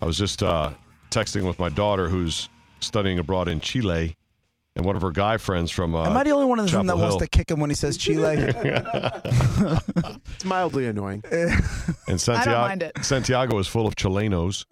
I was just uh, texting with my daughter who's studying abroad in Chile, and one of her guy friends from. Uh, Am I the only one of them Chapel that wants Hill. to kick him when he says Chile? It's mildly annoying. And Santiago, mind it. Santiago is full of Chilenos.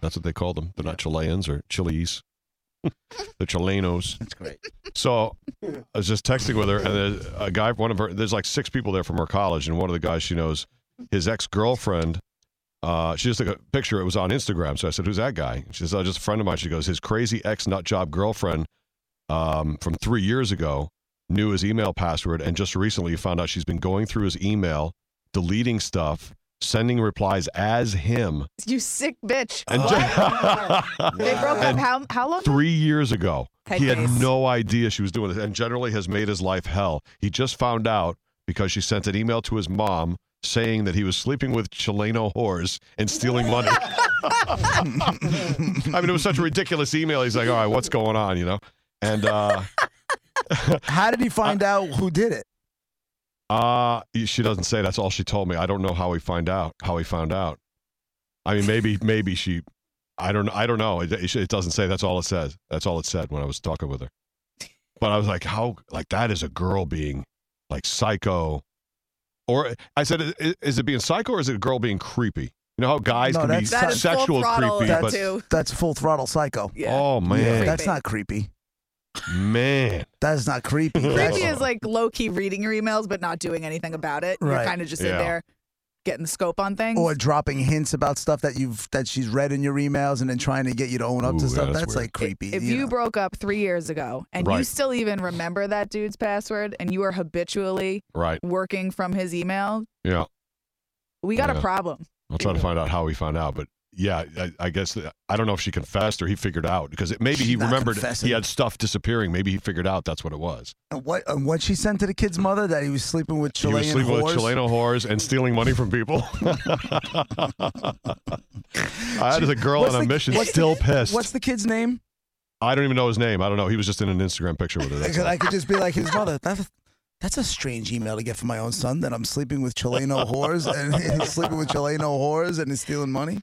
That's what they call them. They're not Chileans or Chileese. They're Chilenos. That's great. So I was just texting with her, and there's a guy, one of her, there's like six people there from her college, and one of the guys she knows, his ex girlfriend, uh, she just took a picture. It was on Instagram. So I said, Who's that guy? She says, Oh, just a friend of mine. She goes, His crazy ex nut job girlfriend um, from three years ago knew his email password and just recently found out she's been going through his email, deleting stuff, sending replies as him. You sick bitch. And What? gen- Oh. They broke up And how, how long? three years ago. Type he had base. no idea she was doing this and generally has made his life hell. He just found out because she sent an email to his mom saying that he was sleeping with Chileno whores and stealing money. I mean, it was such a ridiculous email. He's like, all right, what's going on, you know? And uh, How did he find out who did it? Uh she doesn't say. That's all she told me. I don't know how he find out. How he found out. I mean, maybe maybe she. I don't. I don't know. It, it doesn't say. That's all it says. That's all it said when I was talking with her. But I was like, how? Like that is a girl being like psycho, or I said, "I- is, it being psycho or is it a girl being creepy? You know how guys No, can be that's- That is full sexual throttle, creepy, that but too. That's full throttle psycho. Yeah. oh Yeah, man, that's not creepy. man, That's not creepy. Creepy That's- is like low key reading your emails but not doing anything about it. You're Right. Oh, kind of just Yeah. in there getting the scope on things. or dropping hints about stuff that you've that she's read in your emails and then trying to get you to own up Ooh, to yeah, stuff. that's That's, weird. like creepy. If you you know? broke up three years ago and you Right. still even remember that dude's password and you are habitually right? working from his email, Yeah. we got Yeah. a problem. I'll try to find out how he found out, but yeah, I, I guess that- I don't know if she confessed or he figured out because it, maybe he She's not remembered confessing. he had stuff disappearing. Maybe he figured out that's what it was. and what and what she sent to the kid's mother that he was sleeping with Chilean he was sleeping whores. with Chileno whores and stealing money from people. I had a girl What's on a the- mission, what's the- still pissed. What's the kid's name? I don't even know his name. I don't know. He was just in an Instagram picture with her. That's Because all. I could just be like his mother. That's that's a strange email to get from my own son that I'm sleeping with Chileno whores and he's sleeping with Chileno whores and he's stealing money.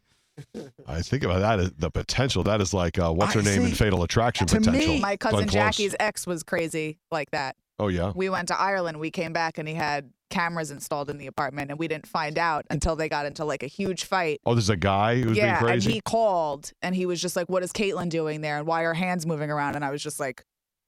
I think about that. as The potential that is like uh, what's her I name in see. Fatal Attraction To me- potential. My Glenn cousin Close. Jackie's ex was crazy like that. Oh yeah. We went to Ireland, we came back and he had cameras installed in the apartment and we didn't find out until they got into like a huge fight. Oh, there's a guy who's yeah, being crazy. and he called and he was just like, "What is Caitlyn doing there? And why are hands moving around?" And I was just like,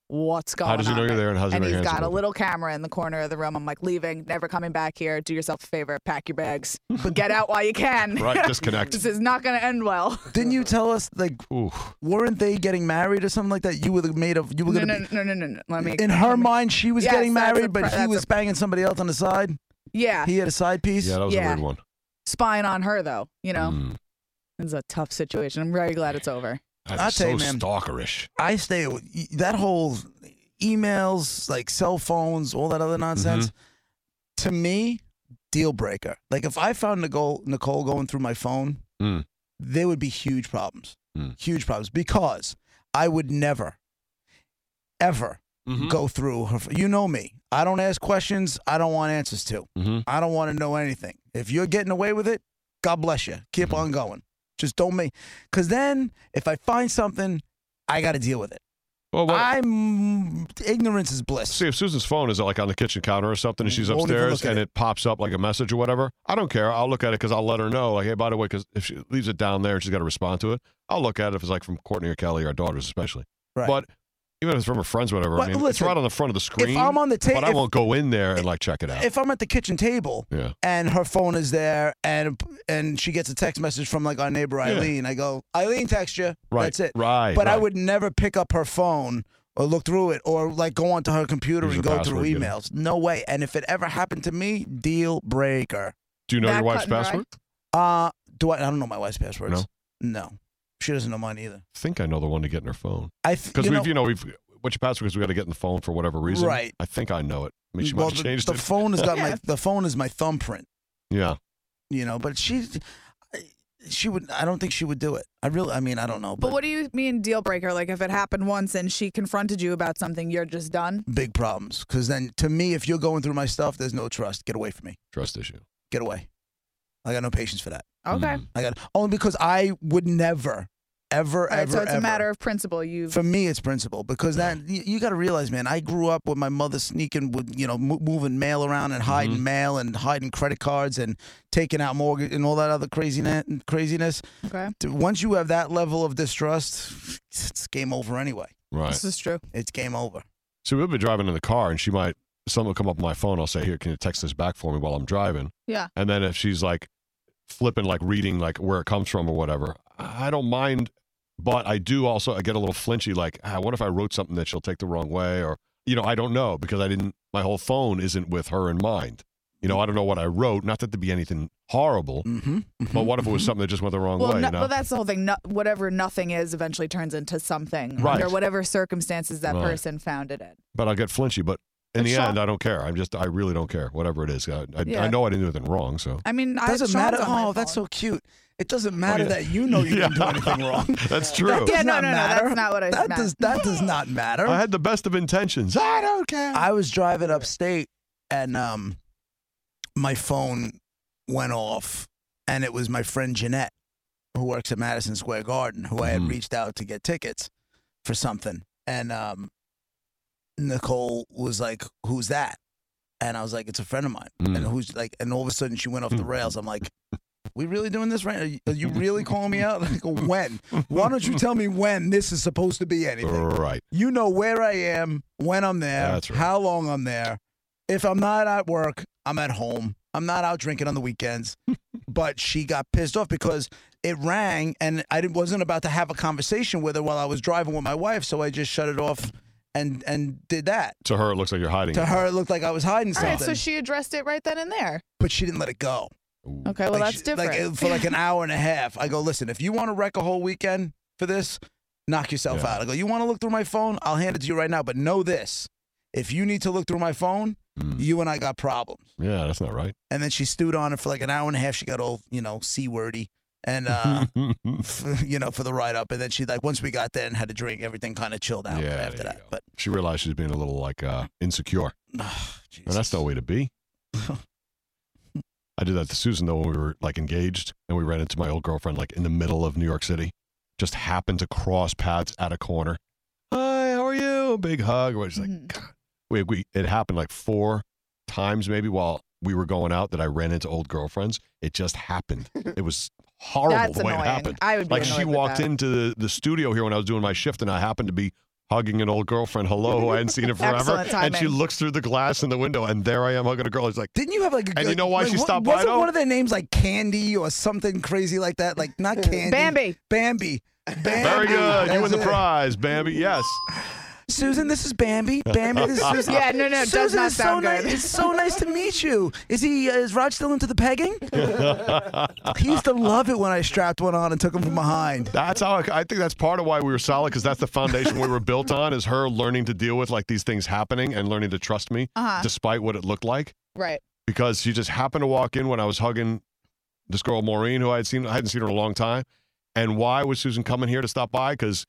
"What's going how on?" does he know you're there? And how does he And know he's your hands got are a open? little camera in the corner of the room. I'm like, leaving, never coming back here. Do yourself a favor, pack your bags, but get out while you can. right? Disconnect. this is not going to end well. Didn't you tell us like Ooh. weren't they getting married or something like that? You would have made of you were No, gonna no, be no, no, no, no. Let me. in her mind she was Yes, getting that's a married, pre- but he that's was a- banging somebody else on the side. yeah, He had a side piece. Yeah, that was a Yeah. weird one. spying on her though. You know, Mm. it's a tough situation. I'm very glad it's over. That's I'll tell so you, man. stalkerish. I stay aw- that whole emails, like cell phones, all that other nonsense. Mm-hmm. To me, deal breaker. Like if I found Nicole Nicole going through my phone, Mm. there would be huge problems. Mm. Huge problems because I would never, ever Mm-hmm. go through her. You know me. I don't ask questions. I don't want answers to. Mhm. I don't want to know anything. If you're getting away with it, God bless you. Keep Mm-hmm. on going. Just don't make. Because then, if I find something, I got to deal with it. Well, what, I'm ignorance is bliss. see, if Susan's phone is like on the kitchen counter or something, and she's Won't even upstairs, look at and it. it. pops up like a message or whatever, I don't care. I'll look at it because I'll let her know, like, hey, by the way, because if she leaves it down there and she's got to respond to it, I'll look at it if it's like from Courtney or Kelly, our daughters especially. Right. But even if it's from her friends, or whatever, I But mean, it's listen, right on the front of the screen. if I'm on the but I table, won't go in there and like check it out. if, if I'm at the kitchen table yeah. and her phone is there, and and she gets a text message from like our neighbor Yeah. Eileen, I go, Eileen, text you. Right. That's it. Right. but I right. would never pick up her phone or look through it or like go onto her computer Use and her go through password, you know. emails. No way. And if it ever happened to me, deal breaker. Do you know That your wife's cut and dry. password? Uh do I? I don't know my wife's passwords. No, she doesn't know mine either. I think I know the one to get in her phone I th- because you we've, know, you know, we've what's your password? Because we got to get in the phone for whatever reason. Right. I think I know it. I mean, she well, might have the, changed the it. phone has got my Yeah. the phone is my thumbprint. yeah. You know, but she she would. I don't think she would do it. I really. I mean, I don't know. But, But what do you mean deal breaker? Like if it happened once and she confronted you about something, you're just done. big problems? Because then to me, if you're going through my stuff, there's no trust. Get away from me. trust issue. Get away. I got no patience for that. Okay. Mm. I got only because I would never, ever, All right, ever. so it's ever. a matter of principle. You For me, it's principle because that you, you got to realize, man. I grew up with my mother sneaking, with you know, mo- moving mail around and Mm-hmm. hiding mail and hiding credit cards and taking out mortgage and all that other craziness. Craziness. okay? To- Once you have that level of distrust, it's game over anyway. Right. This is true. It's game over. So we'll be driving in the car, and she might someone will come up on my phone. I'll say, "Here, can you text this back for me while I'm driving?" Yeah. And then if she's like flipping, like reading, like where it comes from or whatever, I don't mind. But I do also I get a little flinchy, like, ah, what if I wrote something that she'll take the wrong way, or you know, I don't know because I didn't. My whole phone isn't with her in mind. You know, I don't know what I wrote. Not that there'd be anything horrible, Mm-hmm. but what if it was something that just went the wrong Well, way? no, you know? well, that's the whole thing. No, whatever nothing is eventually turns into something Right. under whatever circumstances that Right. person found it in. but I'll get flinchy. But in It's the shock. end, I don't care. I'm just, I really don't care. Whatever it is, I, I, I Yeah. know I didn't do anything wrong. So Oh, I mean, I, doesn't Sean's matter. on my Oh, that's phone. so cute. It doesn't matter yeah. that you know you didn't do anything wrong. that's true. That Yeah, does no, not no, no, matter. that's not what I that meant. does that does not matter. I had the best of intentions. Ah, I don't care. I was driving upstate and um my phone went off and it was my friend Jeanette who works at Madison Square Garden who I had Mhm. reached out to get tickets for something and um Nicole was like who's that and I was like it's a friend of mine and Mm. who's like and all of a sudden she went off the rails I'm like we really doing this right? Are you, are you really calling me out? Like when? Why don't you tell me when this is supposed to be anything? right. You know where I am, when I'm there, That's right. how long I'm there. If I'm not at work, I'm at home. I'm not out drinking on the weekends. but she got pissed off because it rang and I didn't- wasn't about to have a conversation with her while I was driving with my wife, so I just shut it off and and did that. To her, it looks like you're hiding. To it. her, it looked like I was hiding All something, right, so she addressed it right then and there. but she didn't let it go. Ooh. Okay, well Like, that's she- like, different. it- for like an hour and a half, I go, listen, if you want to wreck a whole weekend for this, knock yourself Yeah. out. I go, you want to look through my phone? I'll hand it to you right now. But know this if you need to look through my phone, Mm. you and I got problems. Yeah, that's not right. And then she stewed on it for like an hour and a half. She got all, you know, C wordy. And, uh, f- you know, for the write up. And then she, like, once we got there and had a drink, everything kind of chilled out Yeah, there you after that. go. But, she realized she's being a little like uh, insecure, oh, Jesus. and that's no way to be. I did that to Susan though when we were like engaged, and we ran into my old girlfriend like in the middle of New York City. Just happened to cross paths at a corner. Hi, how are you? Big hug. She's like, Mhm. God. We, we it happened like four times maybe while we were going out that I ran into old girlfriends. It just happened. It was horrible that's the way annoying. it happened. I would be Like she annoyed with walked that. into the, the studio here when I was doing my shift, and I happened to be hugging an old girlfriend, hello, who I hadn't seen in forever. Excellent and she timing. looks through the glass in the window, and there I am hugging a girl. It's like, Didn't you have like a And you know why like, she what- stopped by, Wasn't though? one of their names like Candy or something crazy like that? Like not Candy. Bambi. Bambi. Bambi. very good, you That's win the it. prize, Bambi. Yes, Susan, this is Bambi. Bambi, this is Susan. Yeah, no, no, it Susan, does not it's sound so good. Nice. It's so nice to meet you. Is he? Uh, is Rod still into the pegging? he used to love it when I strapped one on and took him from behind. that's how I, I think that's part of why we were solid because that's the foundation we were built on is her learning to deal with like these things happening and learning to trust me Uh-huh. despite what it looked like. Right. because she just happened to walk in when I was hugging this girl Maureen, who I had seen I hadn't seen her in a long time. And why was Susan coming here to stop by? Because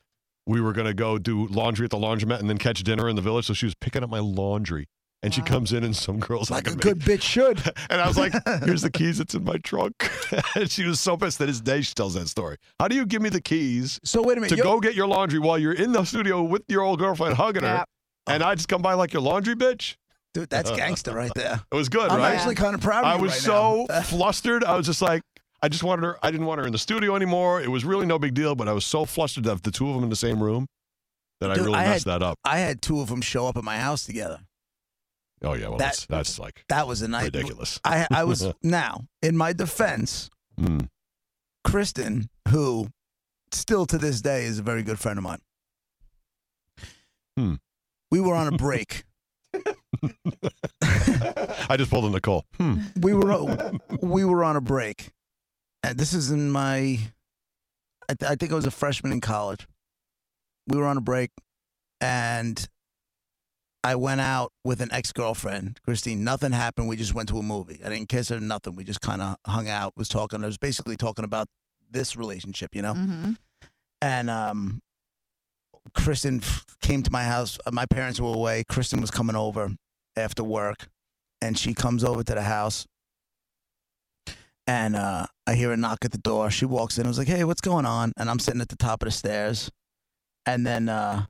we were gonna go do laundry at the laundromat and then catch dinner in the village. So she was picking up my laundry, and she Wow. comes in and some girls Like a hugging me. good bitch should. And I was like, "Here's the keys. It's in my trunk." and she was so pissed. That his day, she tells that story. How do you give me the keys So wait a minute. to you're- go get your laundry while you're in the studio with your old girlfriend hugging her, Yeah. and I just come by like your laundry bitch? Dude, that's gangster right there. It was good, I'm right? actually kind of proud of I you was right so now. flustered. I was just like, I just wanted her. I didn't want her in the studio anymore. It was really no big deal, but I was so flustered to have the two of them in the same room that I Dude, really I messed that up. I had two of them show up at my house together. Oh yeah, well that- that's that's like That was a night. ridiculous. I I was now in my defense, Mm. Kristen, who still to this day is a very good friend of mine. Hmm. We were on a break. I just pulled a Nicole. Hmm. we were we were on a break, and this is in my. I, th- I think I was a freshman in college. We were on a break, and I went out with an ex girlfriend, Christine. Nothing happened. We just went to a movie. I didn't kiss her. Nothing. We just kind of hung out. Was talking. I was basically talking about this relationship, you know. Mm-hmm. and um, Kristen f- came to my house. Uh, My parents were away. Kristen was coming over after work, and she comes over to the house, And uh, I hear a knock at the door. She walks in. I was like, hey, what's going on? And I'm sitting at the top of the stairs. And then uh,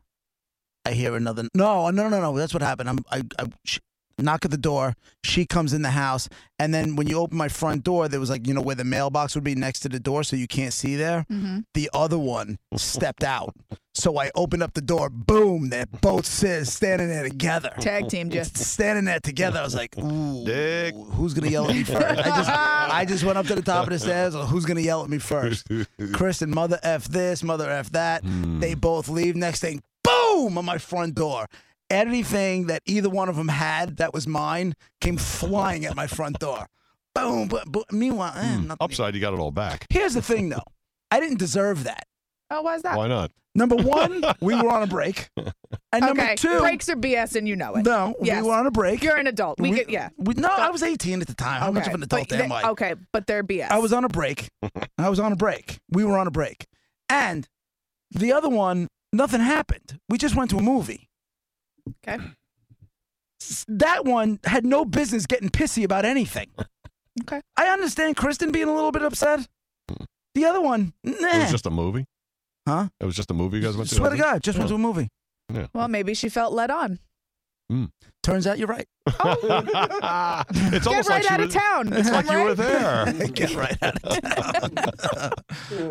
I hear another, no, no, no, no. That's what happened. I'm, I, I she, knock at the door. She comes in the house. And then when you open my front door, there was like, you know, where the mailbox would be next to the door so you can't see there. Mm-hmm. The other one stepped out. So I opened up the door. Boom, they're both sis standing there together. Tag team just. Standing there together, I was like, "Ooh, Dick. who's gonna yell at me first? I just, I just went up to the top of the stairs. like, Who's gonna yell at me first? Hmm. Chris and mother f this, mother f that. They eh, both leave. Next thing, boom, on my front door. Anything that either one of them had that was mine came flying at my front door. Boom. But, but meanwhile, eh, nothing. Hmm. Upside, you got it all back. Here's the thing, though. I didn't deserve that. Oh, why is that? Why not? Number one, we were on a break, and number okay. two, Breaks are BS and you know it. no, Yes. we were on a break. You're an adult. We, get, yeah. we- no, I was 18 at the time. How much Okay, of an adult but oh, am they- I? Okay, but they're BS. I was on a break. I was on a break. We were on a break, and the other one, nothing happened. We just went to a movie. Okay. S- That one had no business getting pissy about anything. Okay. I understand Kristen being a little bit upset. The other one, It nah. was just a movie. Eh. Huh? It was just a movie Oh. you guys went to. Swear to God, just went to a movie. Well, maybe she felt led on. Turns out you're right. it's Get almost like right she out of was- town. It's like you Right? were there. Get right out of town.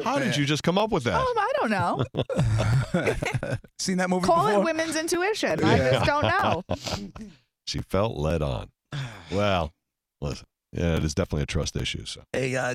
How did you just come up with that? Um, I don't know. Seen that movie Call before? it women's intuition. I Yeah. just don't know. She felt led on. Well, listen, yeah, it is definitely a trust issue. So. Hey, uh,